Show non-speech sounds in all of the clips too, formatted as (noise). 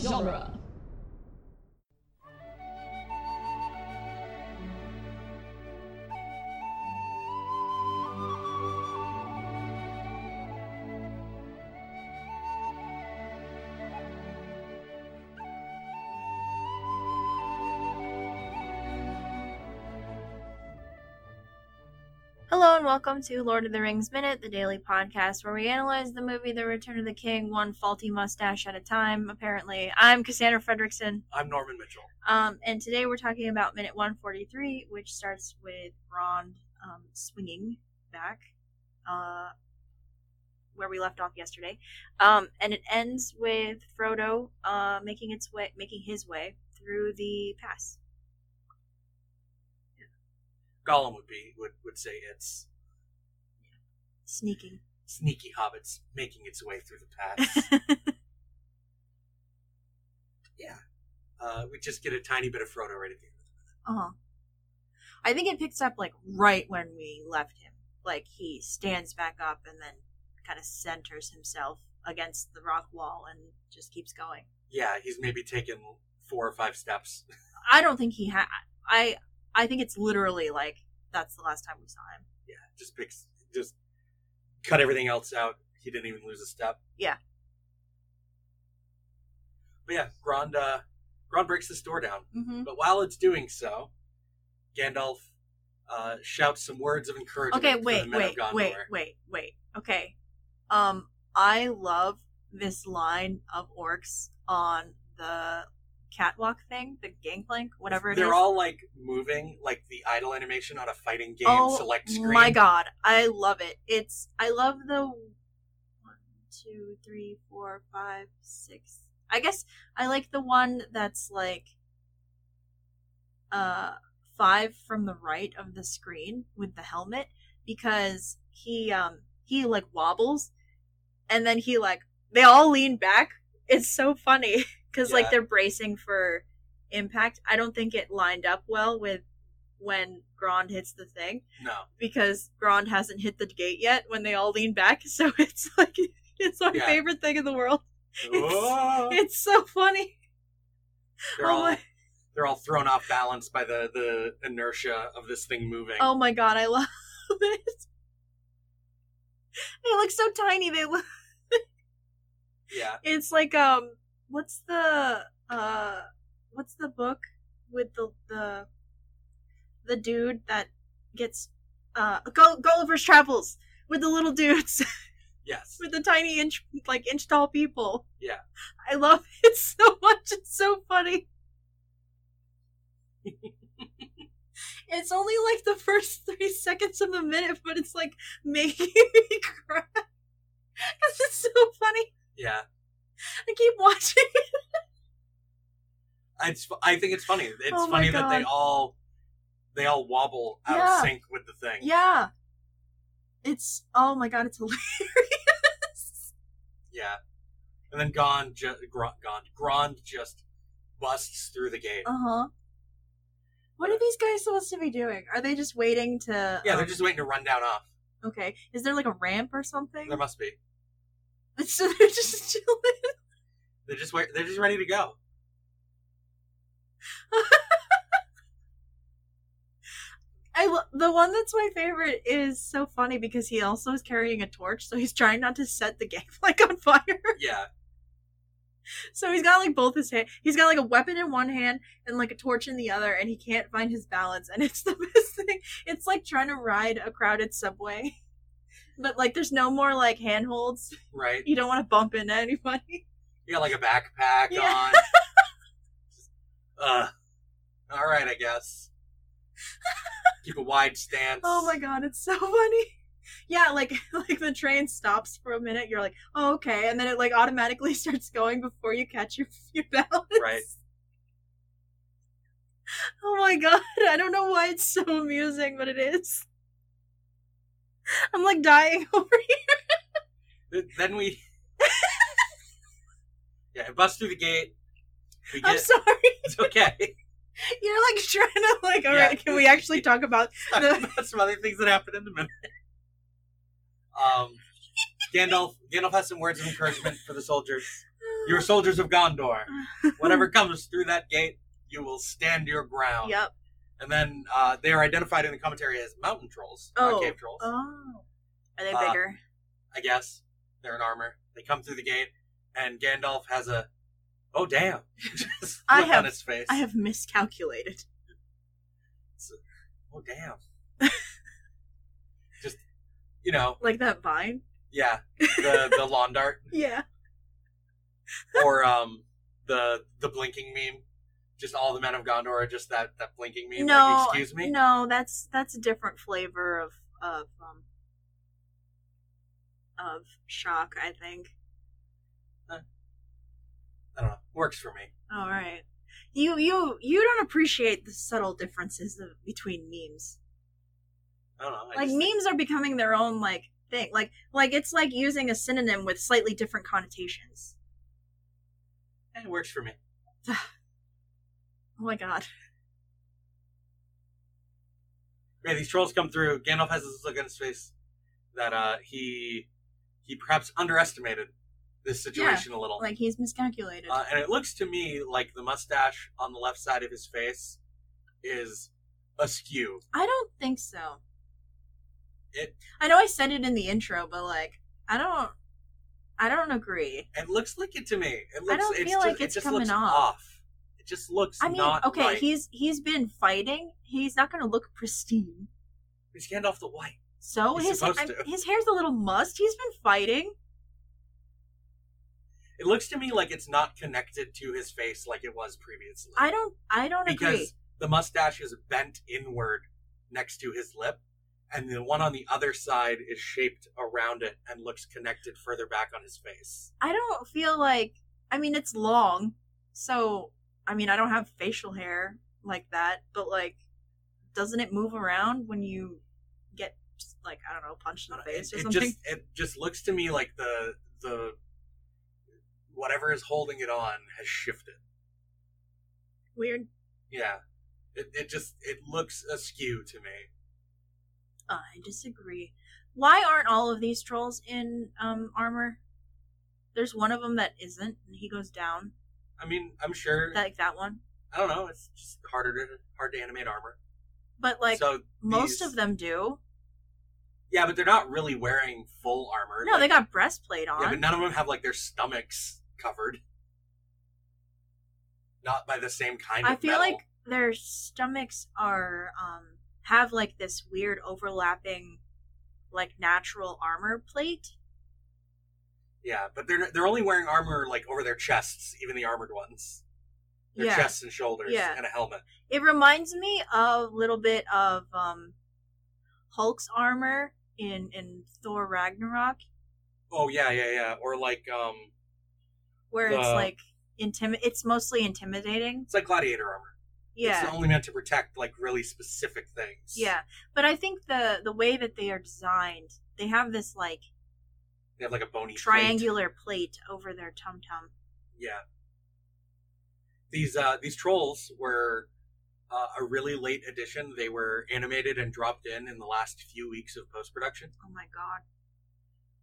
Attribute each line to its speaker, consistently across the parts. Speaker 1: genre.
Speaker 2: Hello and welcome to Lord of the Rings Minute, the daily podcast where we analyze the movie The Return of the King one faulty mustache at a time, apparently. I'm Cassandra Fredrickson,
Speaker 3: I'm Norman Mitchell.
Speaker 2: um, and today we're talking about minute 143, which starts with Ron um, swinging back uh, where we left off yesterday, um, and it ends with Frodo uh, making its way, making his way through the pass.
Speaker 3: Gollum would be would, would say it's
Speaker 2: Sneaking. (laughs)
Speaker 3: sneaky hobbits making its way through the pass. uh, we just get a tiny bit of Frodo right at the end.
Speaker 2: Uh-huh. I think it picks up like right when we left him. Like he stands back up and then kind of centers himself against the rock wall and just keeps going.
Speaker 3: Yeah, he's maybe taken four or five steps. (laughs)
Speaker 2: I don't think he had I I think it's literally like that's the last time we saw him.
Speaker 3: Yeah, just picks just cut everything else out. He didn't even lose a step.
Speaker 2: Yeah.
Speaker 3: But yeah, Grond uh, Grond breaks this door down.
Speaker 2: Mm-hmm.
Speaker 3: But while it's doing so, Gandalf uh, shouts some words of encouragement.
Speaker 2: Okay,
Speaker 3: to the
Speaker 2: wait,
Speaker 3: men of
Speaker 2: wait, wait,
Speaker 3: Gondor.
Speaker 2: wait, wait. Okay. Um I love this line of orcs on the catwalk thing, the gangplank, whatever it is.
Speaker 3: They're all like moving like the idle animation on a fighting game
Speaker 2: Oh,
Speaker 3: select screen.
Speaker 2: My God, I love it. It's I love the one, two, three, four, five, six. I guess I like the one that's like uh five from the right of the screen with the helmet because he um he like wobbles and then he like they all lean back. It's so funny (laughs) because
Speaker 3: Yeah.
Speaker 2: like they're bracing for impact. I don't think it lined up well with when Grond hits the thing
Speaker 3: No.
Speaker 2: because Grond hasn't hit the gate yet when they all lean back. (laughs) So it's like it's my
Speaker 3: Yeah.
Speaker 2: favorite thing in the world. (laughs) It's-
Speaker 3: Whoa.
Speaker 2: It's so funny.
Speaker 3: they're
Speaker 2: oh
Speaker 3: all
Speaker 2: my-
Speaker 3: they're all thrown off balance by the the inertia of this thing moving.
Speaker 2: Oh my god, I love (laughs) it. They look so tiny. They look.
Speaker 3: Yeah,
Speaker 2: It's like um, what's the uh, what's the book with the the the dude that gets uh Gull- Gulliver's Travels with the little dudes.
Speaker 3: yes.
Speaker 2: with the tiny inch like inch tall people.
Speaker 3: Yeah.
Speaker 2: I love (laughs) it so much. It's so
Speaker 3: (laughs)
Speaker 2: funny. it's only like the first three seconds of the minute, but it's like making (laughs) me cry. Cause it's so funny.
Speaker 3: Yeah.
Speaker 2: I keep watching.
Speaker 3: It's fu- I think it's funny. It's
Speaker 2: Oh my
Speaker 3: funny that they
Speaker 2: God.
Speaker 3: all they all wobble out
Speaker 2: Yeah.
Speaker 3: of sync with the thing.
Speaker 2: Yeah. It's oh my god, it's hilarious.
Speaker 3: Yeah. And then Gond just Grond, Gond Grond just busts through the gate.
Speaker 2: Uh huh. What are these guys supposed to be doing? Are they just waiting to?
Speaker 3: yeah, they're
Speaker 2: um,
Speaker 3: just waiting to run down off.
Speaker 2: Okay. Is there like a ramp or something?
Speaker 3: There must be.
Speaker 2: (laughs) So they're just chilling.
Speaker 3: They're just wait, they're just ready
Speaker 2: (laughs)
Speaker 3: to go.
Speaker 2: I lo- the one that's my favorite is so funny because he also is carrying a torch, so he's trying not to set the (laughs) gangplank on fire.
Speaker 3: Yeah.
Speaker 2: So he's got like both his hand. He's got like a weapon in one hand and like a torch in the other, and he can't find his balance. And (laughs) it's the best thing. It's like trying to ride a crowded subway, (laughs) but like there's no more like handholds.
Speaker 3: Right.
Speaker 2: You don't want to bump into anybody.
Speaker 3: You got like a backpack
Speaker 2: Yeah. (laughs)
Speaker 3: on. uh, all right, I guess. Keep a wide stance.
Speaker 2: Oh my god, it's so (laughs) funny. Yeah, like (laughs) like the train stops for a minute, you're like, oh okay, and then it like automatically (laughs) starts going before you catch your, (laughs) your balance. (laughs)
Speaker 3: Right.
Speaker 2: Oh my god, (laughs) I don't know why it's so amusing, but it is. I'm like dying (laughs) over here.
Speaker 3: Th- Then we. (laughs) yeah, it busts through the gate. We
Speaker 2: I'm
Speaker 3: get.
Speaker 2: sorry. (laughs)
Speaker 3: It's okay. (laughs)
Speaker 2: You're like trying to like, all right,
Speaker 3: Yeah.
Speaker 2: can we
Speaker 3: (laughs)
Speaker 2: actually talk about
Speaker 3: That's some other things that happen in the minute. Um, Gandalf. Gandalf has some words of encouragement for the soldiers.
Speaker 2: (laughs)
Speaker 3: You're soldiers of Gondor. Whatever comes through that gate, you will stand your ground.
Speaker 2: Yep.
Speaker 3: And then uh, they are identified in the commentary as mountain trolls, not
Speaker 2: Oh.
Speaker 3: cave trolls.
Speaker 2: Oh. Are they
Speaker 3: Uh,
Speaker 2: bigger?
Speaker 3: I guess they're in armor. They come through the gate, and Gandalf has a oh damn (laughs) just
Speaker 2: I
Speaker 3: look
Speaker 2: have-
Speaker 3: on his face.
Speaker 2: I have miscalculated.
Speaker 3: oh
Speaker 2: (laughs)
Speaker 3: damn. just you know,
Speaker 2: Like that vine?
Speaker 3: yeah, the the lawn dart
Speaker 2: Yeah.
Speaker 3: or um the the blinking meme. Just all the men of Gondor are just that that blinking meme.
Speaker 2: no.
Speaker 3: like, excuse me.
Speaker 2: No, that's that's a different flavor of of um of shock, I think.
Speaker 3: I don't know. Works for me.
Speaker 2: All right. You you you don't appreciate the subtle differences of, between memes.
Speaker 3: I don't know. I
Speaker 2: like
Speaker 3: just think-
Speaker 2: memes are becoming their own like thing. Like like it's like using a synonym with slightly different connotations.
Speaker 3: eh, it works for me.
Speaker 2: Oh my god.
Speaker 3: Yeah, these trolls come through. Gandalf has this look on his face that uh, he he perhaps underestimated this situation a little.
Speaker 2: Like he's miscalculated.
Speaker 3: uh, and it looks to me like the mustache on the left side of his face is askew.
Speaker 2: I don't think so.
Speaker 3: It-
Speaker 2: I know I said it in the intro, but like I don't I don't agree.
Speaker 3: It looks like it to me. It looks,
Speaker 2: don't
Speaker 3: it's
Speaker 2: feel
Speaker 3: just,
Speaker 2: like
Speaker 3: it
Speaker 2: it's
Speaker 3: just
Speaker 2: coming
Speaker 3: looks
Speaker 2: off.
Speaker 3: It just looks
Speaker 2: I mean,
Speaker 3: not
Speaker 2: okay,
Speaker 3: right.
Speaker 2: he's he's been fighting. He's not going to look pristine.
Speaker 3: He's Gandalf the White.
Speaker 2: So
Speaker 3: He's
Speaker 2: his
Speaker 3: supposed
Speaker 2: I'm-
Speaker 3: to.
Speaker 2: his hair's a little mussed. He's been fighting.
Speaker 3: It looks to me like it's not connected to his face like it was previously.
Speaker 2: I don't I don't
Speaker 3: because
Speaker 2: agree.
Speaker 3: the mustache is bent inward next to his lip, and the one on the other side is shaped around it and looks connected further back on his face.
Speaker 2: I don't feel like I mean it's long, so I mean I don't have facial hair like that, but like doesn't it move around when you get like I don't know punched in the
Speaker 3: Uh, It,
Speaker 2: face or
Speaker 3: it
Speaker 2: something?
Speaker 3: just it just looks to me like the the whatever is holding it on has shifted.
Speaker 2: (laughs) Weird.
Speaker 3: Yeah. It, it just it looks askew to me.
Speaker 2: I disagree. Why aren't all of these trolls in um armor? There's one of them that isn't, and he goes down.
Speaker 3: I mean, I'm sure
Speaker 2: Like that one.
Speaker 3: I don't know, it's just harder to hard to animate armor.
Speaker 2: But like
Speaker 3: so
Speaker 2: most
Speaker 3: these-
Speaker 2: of them do.
Speaker 3: yeah, but they're not really wearing full armor.
Speaker 2: No,
Speaker 3: like-
Speaker 2: they got breastplate on.
Speaker 3: Yeah, but none of them have like their stomachs covered. Not by the same kind of
Speaker 2: I feel
Speaker 3: metal.
Speaker 2: like their stomachs are um have like this weird overlapping like natural armor plate.
Speaker 3: Yeah, but they're they're only wearing armor like over their chests, even the armored ones. Their
Speaker 2: yeah.
Speaker 3: chests and shoulders
Speaker 2: Yeah.
Speaker 3: and a helmet.
Speaker 2: It reminds me of a little bit of um Hulk's armor in in Thor Ragnarok
Speaker 3: Oh yeah, yeah, yeah. Or like um
Speaker 2: where it's
Speaker 3: The-
Speaker 2: like intimi- it's mostly intimidating.
Speaker 3: it's like gladiator armor.
Speaker 2: Yeah.
Speaker 3: It's only meant to protect like really specific things.
Speaker 2: yeah. But I think the the way that they are designed, they have this like
Speaker 3: They have like a bony plate.
Speaker 2: triangular plate over their tum tum.
Speaker 3: Yeah. These uh these trolls were uh, a really late addition. They were animated and dropped in in the last few weeks of post production.
Speaker 2: Oh my god.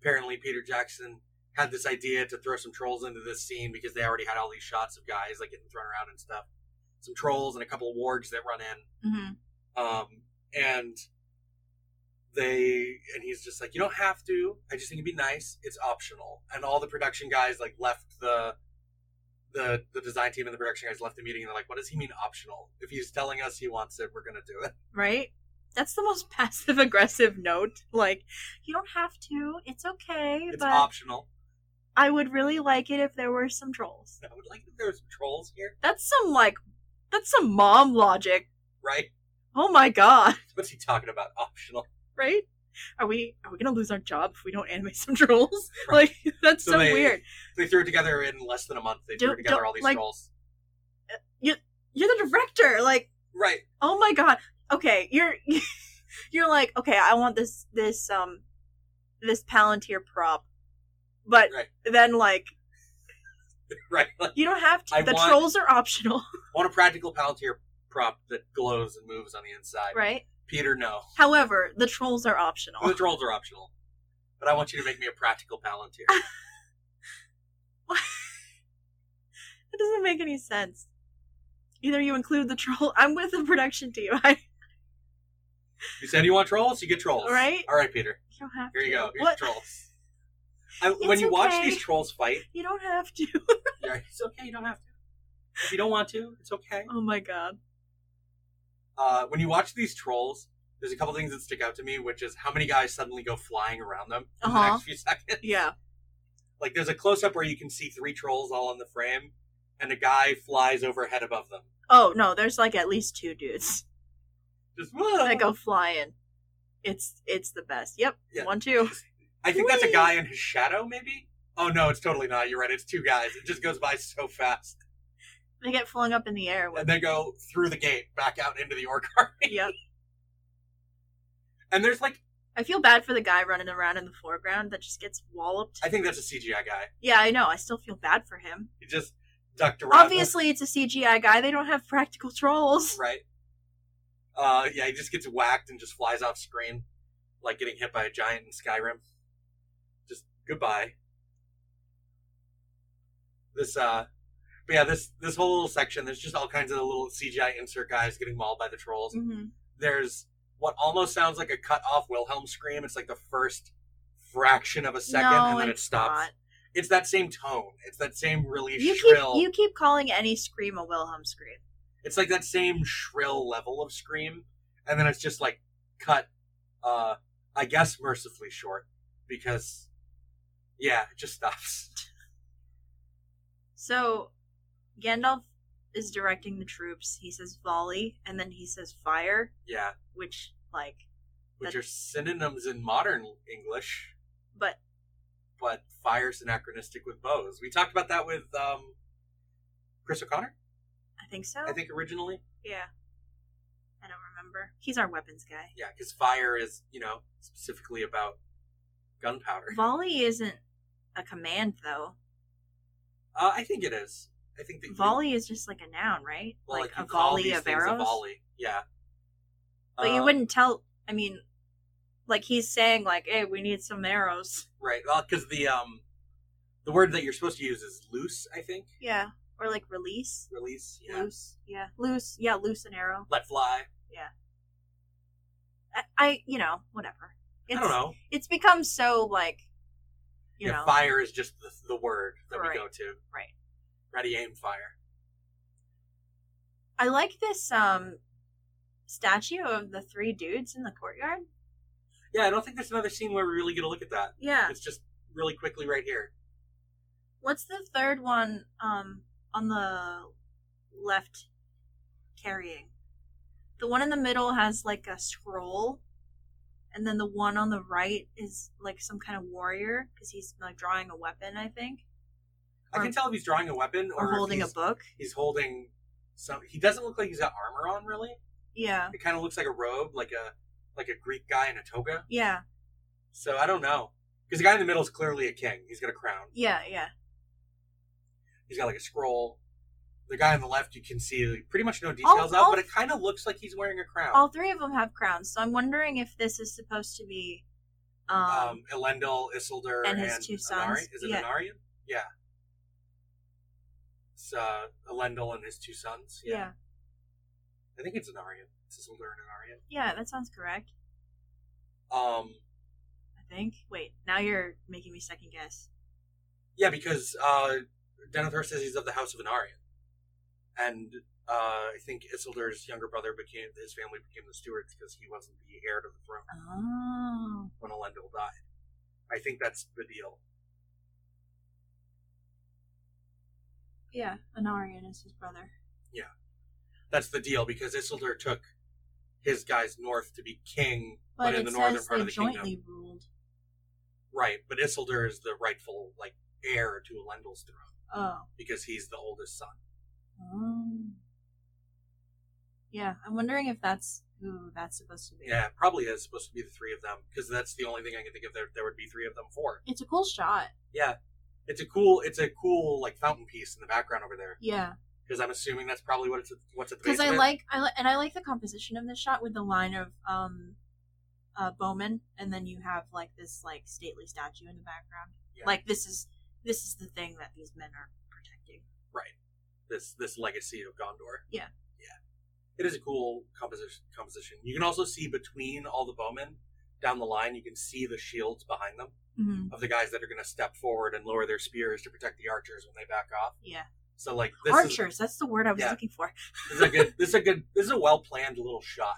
Speaker 3: apparently Peter Jackson had this idea to throw some trolls into this scene because they already had all these shots of guys like getting thrown around and stuff. Some trolls and a couple of wargs that run in.
Speaker 2: Mhm.
Speaker 3: Um, and they and he's just like, You don't have to. I just think it'd be nice. It's optional. And all the production guys like left the the the design team and the production guys left the meeting and they're like, What does he mean optional? If he's telling us he wants it, we're gonna do it.
Speaker 2: right? That's the most (laughs) passive aggressive note. Like, you don't have to. It's okay,
Speaker 3: It's
Speaker 2: but
Speaker 3: optional.
Speaker 2: I would really like it if there were some trolls.
Speaker 3: I would like if there were some trolls here,
Speaker 2: That's some like that's some mom logic.
Speaker 3: right? (laughs)
Speaker 2: Oh my god, (laughs)
Speaker 3: What's he talking about? Optional.
Speaker 2: right? Are we are we going to lose our job if we don't animate some (laughs) trolls? Like that's so,
Speaker 3: So they-
Speaker 2: weird.
Speaker 3: They threw it together in less than a month. They threw
Speaker 2: Don't-
Speaker 3: together
Speaker 2: don't,
Speaker 3: all these
Speaker 2: like-
Speaker 3: trolls.
Speaker 2: You're the director. Like,
Speaker 3: Right.
Speaker 2: oh my god. Okay, you're (laughs) you're like, okay, I want this this um this Palantir prop. But
Speaker 3: Right.
Speaker 2: then like
Speaker 3: Right. (laughs) Like,
Speaker 2: you don't have to.
Speaker 3: I
Speaker 2: the
Speaker 3: want-
Speaker 2: trolls are optional. (laughs)
Speaker 3: I want a practical Palantir prop that glows and moves on the inside.
Speaker 2: right?
Speaker 3: Peter, no.
Speaker 2: However, the trolls are
Speaker 3: The
Speaker 2: optional. (laughs)
Speaker 3: trolls
Speaker 2: (laughs)
Speaker 3: are optional. But I want you to make me a practical Palantir.
Speaker 2: make any sense. Either you include the troll. (laughs) I'm with the production team. (laughs) I
Speaker 3: You said you want trolls, you get trolls.
Speaker 2: Right?
Speaker 3: All right, Peter.
Speaker 2: you don't have
Speaker 3: Here
Speaker 2: to.
Speaker 3: you go. Here's
Speaker 2: What?
Speaker 3: trolls. I, when you watch
Speaker 2: okay.
Speaker 3: these trolls fight,
Speaker 2: You don't have to. (laughs)
Speaker 3: you're like, it's okay. You don't have to. If you don't want to, it's okay.
Speaker 2: Oh my god.
Speaker 3: Uh, when you watch these trolls, there's a couple things that stick out to me, which is how many guys suddenly go flying around them in the
Speaker 2: Uh-huh.
Speaker 3: next few (laughs) seconds.
Speaker 2: Yeah.
Speaker 3: Like there's a close up where you can see three trolls all in the frame, and a guy flies overhead above them.
Speaker 2: Oh no, there's like at least two dudes (laughs)
Speaker 3: Just whoa.
Speaker 2: that go flying. It's it's the best. Yep.
Speaker 3: Yeah.
Speaker 2: One two. (laughs)
Speaker 3: I think that's a
Speaker 2: Whee!
Speaker 3: guy in his shadow, maybe. Oh no, it's totally not. You're right. It's two guys. It just goes by so fast,
Speaker 2: They get flung up in the air. With,
Speaker 3: and they go through the gate back out into the orc (laughs) army.
Speaker 2: yep.
Speaker 3: And there's like,
Speaker 2: (laughs) I feel bad for the guy running around in the foreground that just gets walloped.
Speaker 3: I think that's a CGI guy.
Speaker 2: Yeah, I know. I still feel bad for him.
Speaker 3: He just ducked around.
Speaker 2: Obviously, it's a CGI guy. They don't have (laughs) practical trolls.
Speaker 3: right? Uh, yeah, he just gets whacked and just flies off screen, like getting hit by a giant in Skyrim. Just goodbye. This, uh, but yeah, this this whole little section, there's just all kinds of little CGI insert guys getting mauled by the trolls.
Speaker 2: hmm
Speaker 3: There's what almost sounds like a cut off Wilhelm scream. It's like the first fraction of a second,
Speaker 2: no,
Speaker 3: and then it
Speaker 2: it's
Speaker 3: stops.
Speaker 2: not.
Speaker 3: It's that same tone. It's that same really
Speaker 2: You keep
Speaker 3: shrill.
Speaker 2: you keep calling any scream a Wilhelm scream.
Speaker 3: it's like that same shrill level of scream and then it's just like cut uh i guess mercifully short because yeah it just stops (laughs)
Speaker 2: So, Gandalf is directing the troops. He says volley, and then he says fire,
Speaker 3: yeah
Speaker 2: which like,
Speaker 3: which are synonyms in modern english
Speaker 2: but
Speaker 3: but fire's anachronistic with bows we talked about that with um chris o'connor
Speaker 2: I think so.
Speaker 3: i think originally
Speaker 2: yeah. I don't remember. He's our weapons guy.
Speaker 3: yeah because fire is you know specifically about gunpowder
Speaker 2: Volley isn't a command though.
Speaker 3: uh, i think it is i think that you-
Speaker 2: Volley is just like a noun, right?
Speaker 3: well,
Speaker 2: like
Speaker 3: you
Speaker 2: a
Speaker 3: call
Speaker 2: volley
Speaker 3: these
Speaker 2: of
Speaker 3: things a
Speaker 2: arrows.
Speaker 3: volley yeah
Speaker 2: But you
Speaker 3: Uh,
Speaker 2: wouldn't tell. I mean, like he's saying, like, "Hey, we need some arrows."
Speaker 3: Right. Well, because the um, the word that you're supposed to use is loose. I think
Speaker 2: Yeah, or like release,
Speaker 3: release. Yeah.
Speaker 2: loose. Yeah, loose. Yeah, loose an arrow.
Speaker 3: Let fly.
Speaker 2: I, I you know, whatever. It's,
Speaker 3: I don't know.
Speaker 2: It's become so like, you
Speaker 3: yeah,
Speaker 2: know,
Speaker 3: fire is just the, the word that we
Speaker 2: Right.
Speaker 3: go to.
Speaker 2: Right.
Speaker 3: Ready, aim, fire.
Speaker 2: I like this um statue of the three dudes in the courtyard.
Speaker 3: Yeah, I don't think there's another scene where we really get a look at that.
Speaker 2: Yeah.
Speaker 3: It's just really quickly right here.
Speaker 2: What's the third one um on the left carrying? The one in the middle has like a scroll and then the one on the right is like some kind of warrior because he's like drawing a weapon, I think,
Speaker 3: I
Speaker 2: Or-
Speaker 3: can tell if he's drawing a weapon or,
Speaker 2: or,
Speaker 3: if
Speaker 2: holding a
Speaker 3: he's,
Speaker 2: book.
Speaker 3: He's holding some. He doesn't look like he's got armor on. Really,
Speaker 2: Yeah.
Speaker 3: it kind of looks like a robe, like a like a Greek guy in a toga.
Speaker 2: Yeah.
Speaker 3: So I don't know. Because the guy in the middle is clearly a king. He's got a crown.
Speaker 2: Yeah, yeah.
Speaker 3: He's got like a scroll. The guy on the left, you can see like, pretty much no details
Speaker 2: all-
Speaker 3: of, but it kind of looks like he's wearing a crown.
Speaker 2: All three of them have crowns, so I'm wondering if this is supposed to be um,
Speaker 3: um, Elendil, Isildur,
Speaker 2: and his two sons.
Speaker 3: Anari- Is it
Speaker 2: Yeah.
Speaker 3: Anarion? Yeah. It's uh, Elendil and his two sons.
Speaker 2: yeah.
Speaker 3: Yeah.
Speaker 2: yeah.
Speaker 3: I think it's Anarion. It's Isildur and
Speaker 2: that sounds correct,
Speaker 3: Anarion. Um,
Speaker 2: I think. Wait, now you're making me second guess.
Speaker 3: yeah, because uh, Denethor says he's of the House of Anarion. And uh, I think Isildur's younger brother became, his family became the stewards because he wasn't the heir to the throne.
Speaker 2: Oh.
Speaker 3: when Elendil died. I think that's the deal.
Speaker 2: Yeah, Anarion is his brother.
Speaker 3: That's the deal because Isildur took his guys north to be king, but,
Speaker 2: But,
Speaker 3: in
Speaker 2: it
Speaker 3: the
Speaker 2: says
Speaker 3: northern part
Speaker 2: they
Speaker 3: of the
Speaker 2: jointly
Speaker 3: kingdom.
Speaker 2: ruled.
Speaker 3: Right, but Isildur is the rightful like heir to Elendil's throne
Speaker 2: Oh.
Speaker 3: because he's the oldest son.
Speaker 2: oh. Yeah, I'm wondering if that's who that's supposed to be.
Speaker 3: Yeah, it probably is supposed to be the three of them because that's the only thing I can think of there there would be three of them for.
Speaker 2: It's a cool shot.
Speaker 3: Yeah. It's a cool it's a cool like fountain piece in the background over there
Speaker 2: Yeah.
Speaker 3: because I'm assuming that's probably what it's what's at the
Speaker 2: because I
Speaker 3: basement.
Speaker 2: like I li- and I like the composition of this shot with the line of um, uh, Bowman, and then you have like this like stately statue in the background.
Speaker 3: Yeah.
Speaker 2: Like this is this is the thing that these men are protecting.
Speaker 3: this this legacy of Gondor.
Speaker 2: Yeah.
Speaker 3: yeah. It is a cool composition. Composition. You can also see between all the bowmen down the line. You can see the shields behind them
Speaker 2: hmm
Speaker 3: of the guys that are going to step forward and lower their spears to protect the archers when they back off.
Speaker 2: Yeah.
Speaker 3: So like this
Speaker 2: Archers. that's the word I was
Speaker 3: Yeah.
Speaker 2: looking for.
Speaker 3: is this is a good this is a good this is a well planned little shot.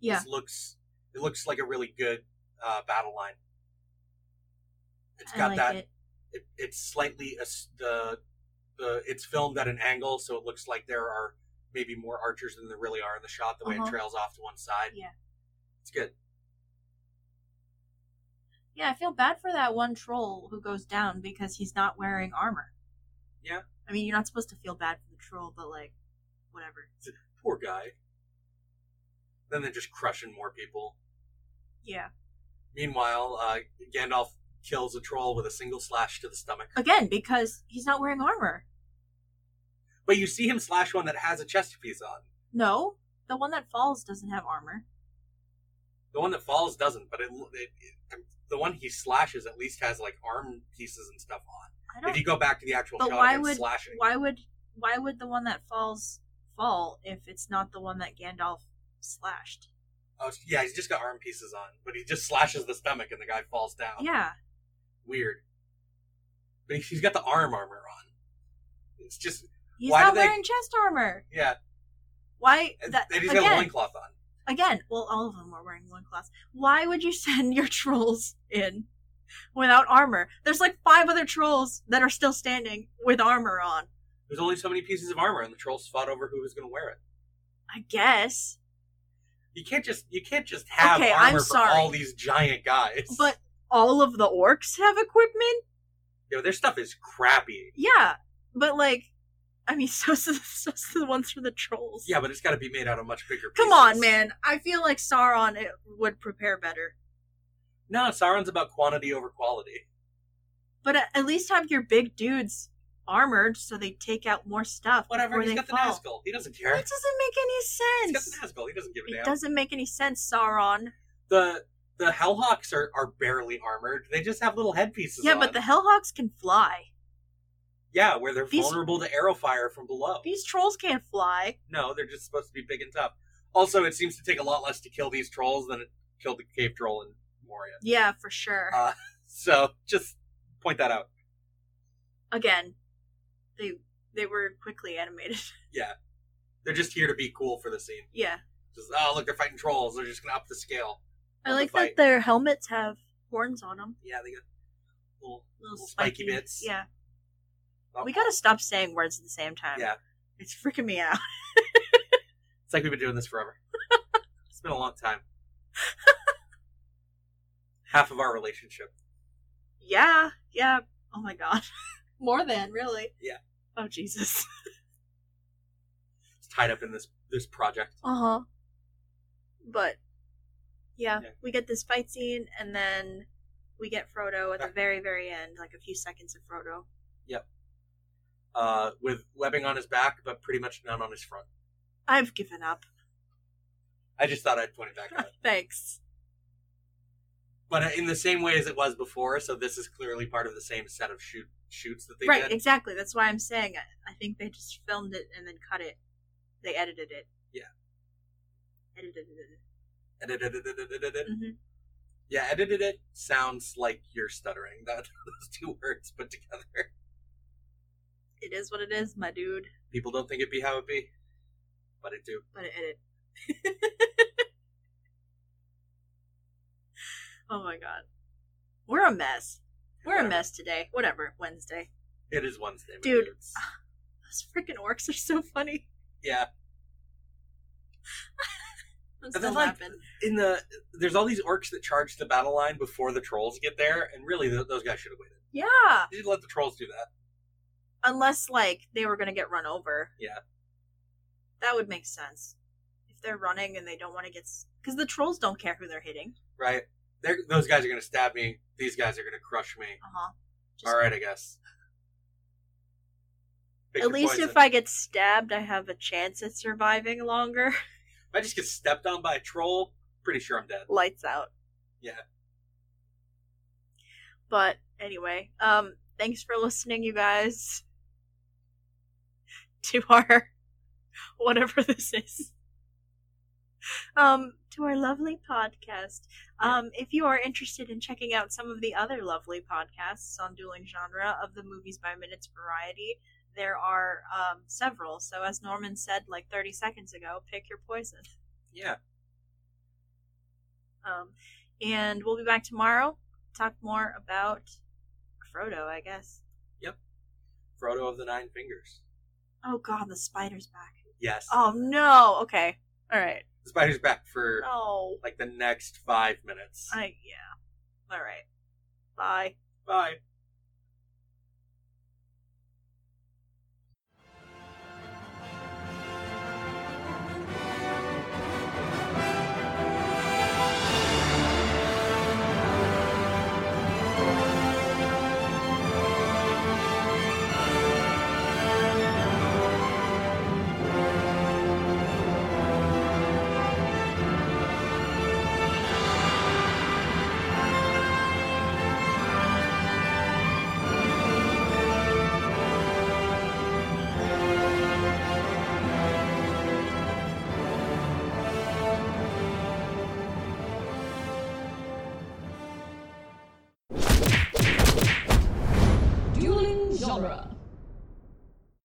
Speaker 2: Yeah.
Speaker 3: This looks it looks like a really good uh, battle line. It's
Speaker 2: I
Speaker 3: got
Speaker 2: like
Speaker 3: that. It.
Speaker 2: it.
Speaker 3: it's slightly as- the the it's filmed at an angle, so it looks like there are maybe more archers than there really are in the shot. The way
Speaker 2: Uh-huh.
Speaker 3: it trails off to one side.
Speaker 2: Yeah.
Speaker 3: it's good.
Speaker 2: Yeah, I feel bad for that one troll who goes down because he's not wearing armor.
Speaker 3: Yeah.
Speaker 2: I mean, you're not supposed to feel bad for the troll, but like, whatever.
Speaker 3: Poor guy. Then they're just crushing more people.
Speaker 2: Yeah.
Speaker 3: Meanwhile, uh, Gandalf kills a troll with a single slash to the stomach.
Speaker 2: Again, because he's not wearing armor.
Speaker 3: But you see him slash one that has a chest piece on.
Speaker 2: No, the one that falls doesn't have armor.
Speaker 3: The one that falls doesn't, but it, it, it the one he slashes at least has like arm pieces and stuff on.
Speaker 2: I don't.
Speaker 3: If you go back to the actual
Speaker 2: But
Speaker 3: shot
Speaker 2: why
Speaker 3: of him
Speaker 2: would-
Speaker 3: slashing,
Speaker 2: (laughs) why would why would the one that falls fall if it's not the one that Gandalf slashed?
Speaker 3: oh yeah, he's just got arm pieces on, but he just slashes the stomach and the guy falls down.
Speaker 2: Yeah.
Speaker 3: weird. But he, he's got the arm armor on. It's just
Speaker 2: He's
Speaker 3: Why do
Speaker 2: not
Speaker 3: they-
Speaker 2: wearing chest armor.
Speaker 3: yeah,
Speaker 2: Why
Speaker 3: and,
Speaker 2: that
Speaker 3: and he's got a
Speaker 2: again?
Speaker 3: loincloth on.
Speaker 2: Again, well, all of them were wearing loincloths. Why would you (laughs) send your trolls in without armor? There's like five other trolls that are still standing with armor on.
Speaker 3: There's only so many pieces of armor, and the trolls fought over who was going to wear it.
Speaker 2: I guess,
Speaker 3: You can't just you can't just have
Speaker 2: Okay,
Speaker 3: armor
Speaker 2: I'm
Speaker 3: for
Speaker 2: sorry.
Speaker 3: all these giant guys.
Speaker 2: but all of the orcs have equipment.
Speaker 3: you know, their stuff is crappy.
Speaker 2: Yeah, but like, I mean, (laughs) so's the, so's the ones for the trolls.
Speaker 3: Yeah, but it's got to be made out of much bigger.
Speaker 2: Come on,
Speaker 3: pieces.
Speaker 2: man. I feel like Sauron it, would prepare better.
Speaker 3: No, Sauron's about quantity over quality.
Speaker 2: But at, at least have your big dudes armored so they take out more stuff.
Speaker 3: Whatever.
Speaker 2: before
Speaker 3: He's
Speaker 2: they
Speaker 3: got the
Speaker 2: fall.
Speaker 3: Nazgul. He doesn't
Speaker 2: That
Speaker 3: care.
Speaker 2: doesn't make any
Speaker 3: He's got
Speaker 2: sense.
Speaker 3: the Nazgul. He doesn't give a
Speaker 2: It
Speaker 3: damn.
Speaker 2: doesn't make any sense, Sauron.
Speaker 3: The the Hellhawks are, are barely armored. They just have little headpieces.
Speaker 2: yeah,
Speaker 3: on.
Speaker 2: but the Hellhawks can fly.
Speaker 3: yeah, where they're
Speaker 2: These-
Speaker 3: vulnerable to arrow fire from below.
Speaker 2: These trolls can't fly.
Speaker 3: No, they're just supposed to be big and tough. Also, it seems to take a lot less to kill these trolls than it killed the cave troll in Moria.
Speaker 2: Yeah, for sure.
Speaker 3: Uh, So just point that out.
Speaker 2: Again, they they were quickly animated. (laughs)
Speaker 3: They're just here to be cool for the scene.
Speaker 2: yeah,
Speaker 3: Just oh look, they're fighting trolls. They're just gonna up the scale.
Speaker 2: I
Speaker 3: Love the
Speaker 2: like that
Speaker 3: fight.
Speaker 2: their helmets have horns on them.
Speaker 3: Yeah, they got little.
Speaker 2: Little,
Speaker 3: Little spiky bits.
Speaker 2: Yeah.
Speaker 3: Oh.
Speaker 2: We gotta stop saying words at the same time.
Speaker 3: Yeah,
Speaker 2: It's freaking me out. (laughs)
Speaker 3: it's like we've been doing this forever. it's been a long
Speaker 2: (laughs)
Speaker 3: time. Half of our relationship.
Speaker 2: Yeah, yeah. Oh my god. (laughs) More than, really.
Speaker 3: Yeah.
Speaker 2: Oh Jesus.
Speaker 3: It's tied up in this this project.
Speaker 2: Uh-huh. But yeah,
Speaker 3: Yeah.
Speaker 2: we get this fight scene and then we get Frodo at the
Speaker 3: Yeah.
Speaker 2: very, very end, like a few seconds of Frodo.
Speaker 3: Uh, with webbing on his back, but pretty much none on his front.
Speaker 2: I've given
Speaker 3: (laughs)
Speaker 2: up.
Speaker 3: I just thought I'd point it back out.
Speaker 2: (laughs) Thanks.
Speaker 3: but in the same way as it was before. So this is clearly part of the same set of shoot shoots that they
Speaker 2: right,
Speaker 3: did.
Speaker 2: exactly. That's why I'm saying I, I think they just filmed it and then cut it. They edited it.
Speaker 3: Yeah.
Speaker 2: Edited it.
Speaker 3: Edited.
Speaker 2: Mhm.
Speaker 3: Yeah, edited it sounds like you're stuttering. That (laughs) those two words put together,
Speaker 2: It is what it is, my dude.
Speaker 3: people don't think it be how it be, but it do.
Speaker 2: But it edit. (laughs) oh my god. We're a mess. We're
Speaker 3: Whatever.
Speaker 2: a mess today. Whatever. Wednesday.
Speaker 3: It is Wednesday, my
Speaker 2: Dude.
Speaker 3: dudes.
Speaker 2: Those freaking orcs are so funny.
Speaker 3: Yeah,
Speaker 2: (laughs) I'm
Speaker 3: And
Speaker 2: still
Speaker 3: then, like,
Speaker 2: laughing.
Speaker 3: in the there's all these orcs that charge the battle line before the trolls get there, and really th- those guys should have waited.
Speaker 2: Yeah.
Speaker 3: You should let the trolls do that.
Speaker 2: Unless like they were gonna get run over.
Speaker 3: Yeah.
Speaker 2: That would make sense. If they're running and they don't want to get because the trolls don't care who they're hitting.
Speaker 3: right? They're, those guys are going to stab me. These guys are going to crush me.
Speaker 2: Uh huh. Just-
Speaker 3: All right, I guess. Pick
Speaker 2: At
Speaker 3: your
Speaker 2: least if
Speaker 3: poison.
Speaker 2: I get stabbed, I have a chance at surviving longer.
Speaker 3: If I just get stepped on by a troll, pretty sure I'm dead.
Speaker 2: lights out.
Speaker 3: Yeah.
Speaker 2: But anyway, um, thanks for listening, you guys. (laughs) to our (laughs) whatever this is. Um, to our lovely podcast. Um, if you are interested in checking out some of the other lovely podcasts on dueling genre of the movies by minutes variety, there are um, several. So as Norman said like 30 seconds ago, pick your poison.
Speaker 3: Yeah.
Speaker 2: Um, and we'll be back tomorrow. to Talk more about Frodo, I guess.
Speaker 3: Frodo of the Nine Fingers.
Speaker 2: Oh God, the spider's back.
Speaker 3: Yes.
Speaker 2: Oh no. Okay. All right.
Speaker 3: The spider's back for
Speaker 2: No.
Speaker 3: like the next five minutes.
Speaker 2: Oh. I yeah. All right. Bye.
Speaker 3: Bye.
Speaker 1: Dueling genre.